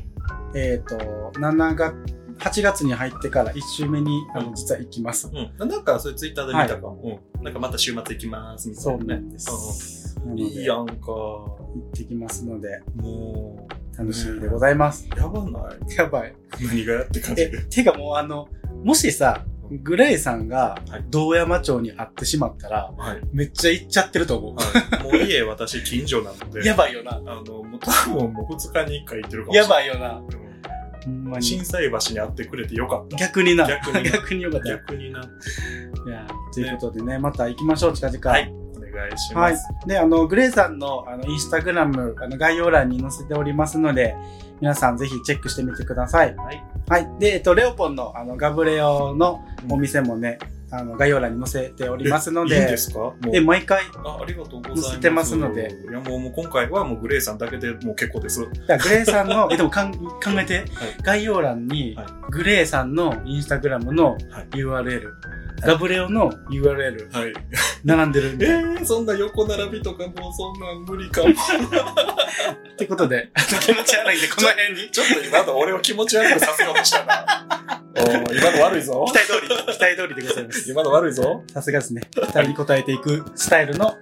S1: えっ、と、7月、8月に入ってから1週目に、あ
S2: う
S1: の、
S2: ん
S1: 実は行きます。
S2: うん。うん。なんか、そういうツイッターで見たかも、うん。なんかまた週末行きます、みた
S1: そ
S2: いう
S1: な
S2: なね。
S1: んです。なの
S2: うん
S1: で、
S2: いいや
S1: 行
S2: んか。も
S1: ってきますので、
S2: う、
S1: 楽しみでございます。
S2: やばない。
S1: やばい。
S2: 何がやって感じ
S1: え、てかもうあの、もしさ、グレイさんが
S2: はい、
S1: 道山町に会ってしまったら、
S2: はい。
S1: めっちゃ行っちゃってると思
S2: はい。もう家、私、近所なの
S1: う。
S2: で。
S1: やばいよな。
S2: あの、もう多分もう2日に1回行ってるかもし
S1: や
S2: れない。
S1: ばいよな。
S2: うん
S1: ほんまに
S2: 震。災橋に会ってくれてよかっ
S1: 逆にな。
S2: た。逆にな。
S1: 逆によかったよ。
S2: 逆にな。
S1: いやということでね、また行きましょう、近々。
S2: はい。お願いし
S1: は
S2: ま
S1: い
S2: す。。
S1: で、あの、グレイさんの、あの、インスタグラム、あの、概要欄に載せておりますので、皆さんぜひチェックしてみてください。
S2: はい。
S1: はい。で、えっと、レオポンの、あの、ガブレオのお店もね、あの、概要欄に載せておりますので、
S2: いいんですかもう
S1: で毎回、
S2: あありがとうございます。
S1: 載せてますので。
S2: いや、もうもう今回はもうグレイさんだけでもう結構です。は
S1: だからグレイさんの、え、でもかん考えて、
S2: い。
S1: 概要欄に
S2: はい、
S1: グレイさんのインスタグラムの
S2: はい
S1: URL、ガブレオの URL、
S2: はい。
S1: 並んでるん
S2: え
S1: で。
S2: ー、そんな横並びとかもうそんなん無理かも。
S1: ってことで、あの気持ち悪いんで、この辺に。
S2: ちょっと今の俺を気持ち悪くさせようとしたな。 おー今の悪いぞ
S1: 期。待通り、期待通りでございます。
S2: 今の悪いぞ。
S1: さすがですね。期待に応えていくスタイルの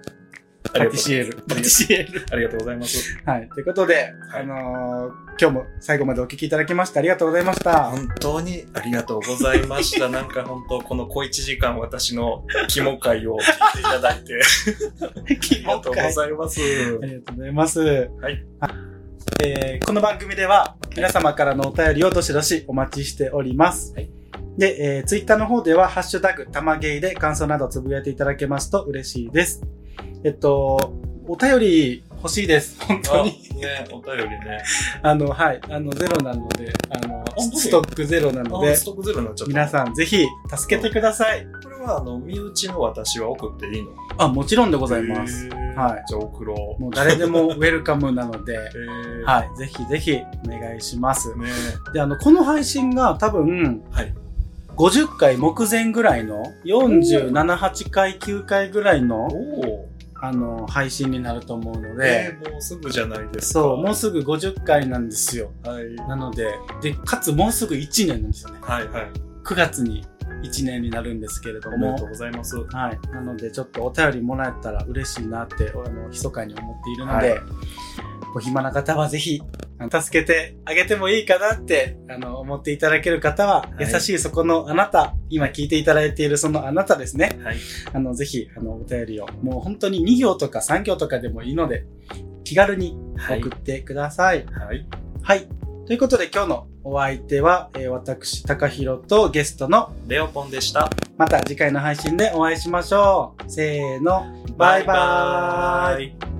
S1: パティシエール。パテ
S2: パテ
S1: ィ
S2: ィ
S1: シエール。
S2: ありがとうございます。
S1: はい。ということで、
S2: は
S1: あ
S2: い
S1: のー今日も最後までお聞きいただきましてありがとうございました。
S2: 本当にありがとうございました。なんか本当、この小一時間私の肝会を聞いていただ いて、ありがとうございます。。
S1: ありがとうございます。はいえーこの番組では皆様からのお便りをどしどしお待ちしております。
S2: はい
S1: で、えー、ツイッターの方では、ハッシュタグ、たまゲイで感想などつぶやいていただけますと嬉しいです。えっと、お便り欲しいです。本当
S2: あ
S1: に。
S2: ね、お便りね。
S1: あの、はい。あの、ゼロなので、あの、
S2: 本当に
S1: ストックゼロなの
S2: あ、
S1: で
S2: ス、トックゼロになっちゃった。
S1: 皆さんぜひ助けてください。
S2: これは、あの、身内の私は送っていいの
S1: あ、もちろんでございます。
S2: へー
S1: はい
S2: じゃあ送ろう。
S1: もう誰で もウェルカムなので、
S2: えい。
S1: はい。ぜひぜひお願いします。
S2: ね
S1: で、あの、この配信が多分、
S2: はい
S1: 50回目前ぐらいの、47、8回、9回ぐらいの、
S2: おー
S1: あの、配信になると思うので、
S2: えー、もうすぐじゃないですか。
S1: そう、もうすぐ50回なんですよ。
S2: はい。
S1: なので、で、かつもうすぐ1年なんですよね。
S2: はいはい。
S1: 9月に1年になるんですけれど
S2: おめ
S1: も
S2: でと、うございます。は
S1: はい。なので、ちょっとお便りもらえたら嬉しいなって、俺も密かに思っているので、
S2: はい
S1: お暇な方はぜひ、あの助けてあげてもいいかなって、あの、思っていただける方は、
S2: い
S1: 優しいそこのあなた、今聞いていただいているそのあなたですね。
S2: い。
S1: あの、ぜひ、あの、お便りを、もう本当に2行とか3行とかでもいいので、気軽に
S2: は
S1: 送ってください。
S2: はい。
S1: はい。ということで、今日のお相手は、えー私、高弘とゲストの、
S2: レオポンでした。
S1: また次回の配信でお会いしましょう。せーの。バイバーイ
S2: イ。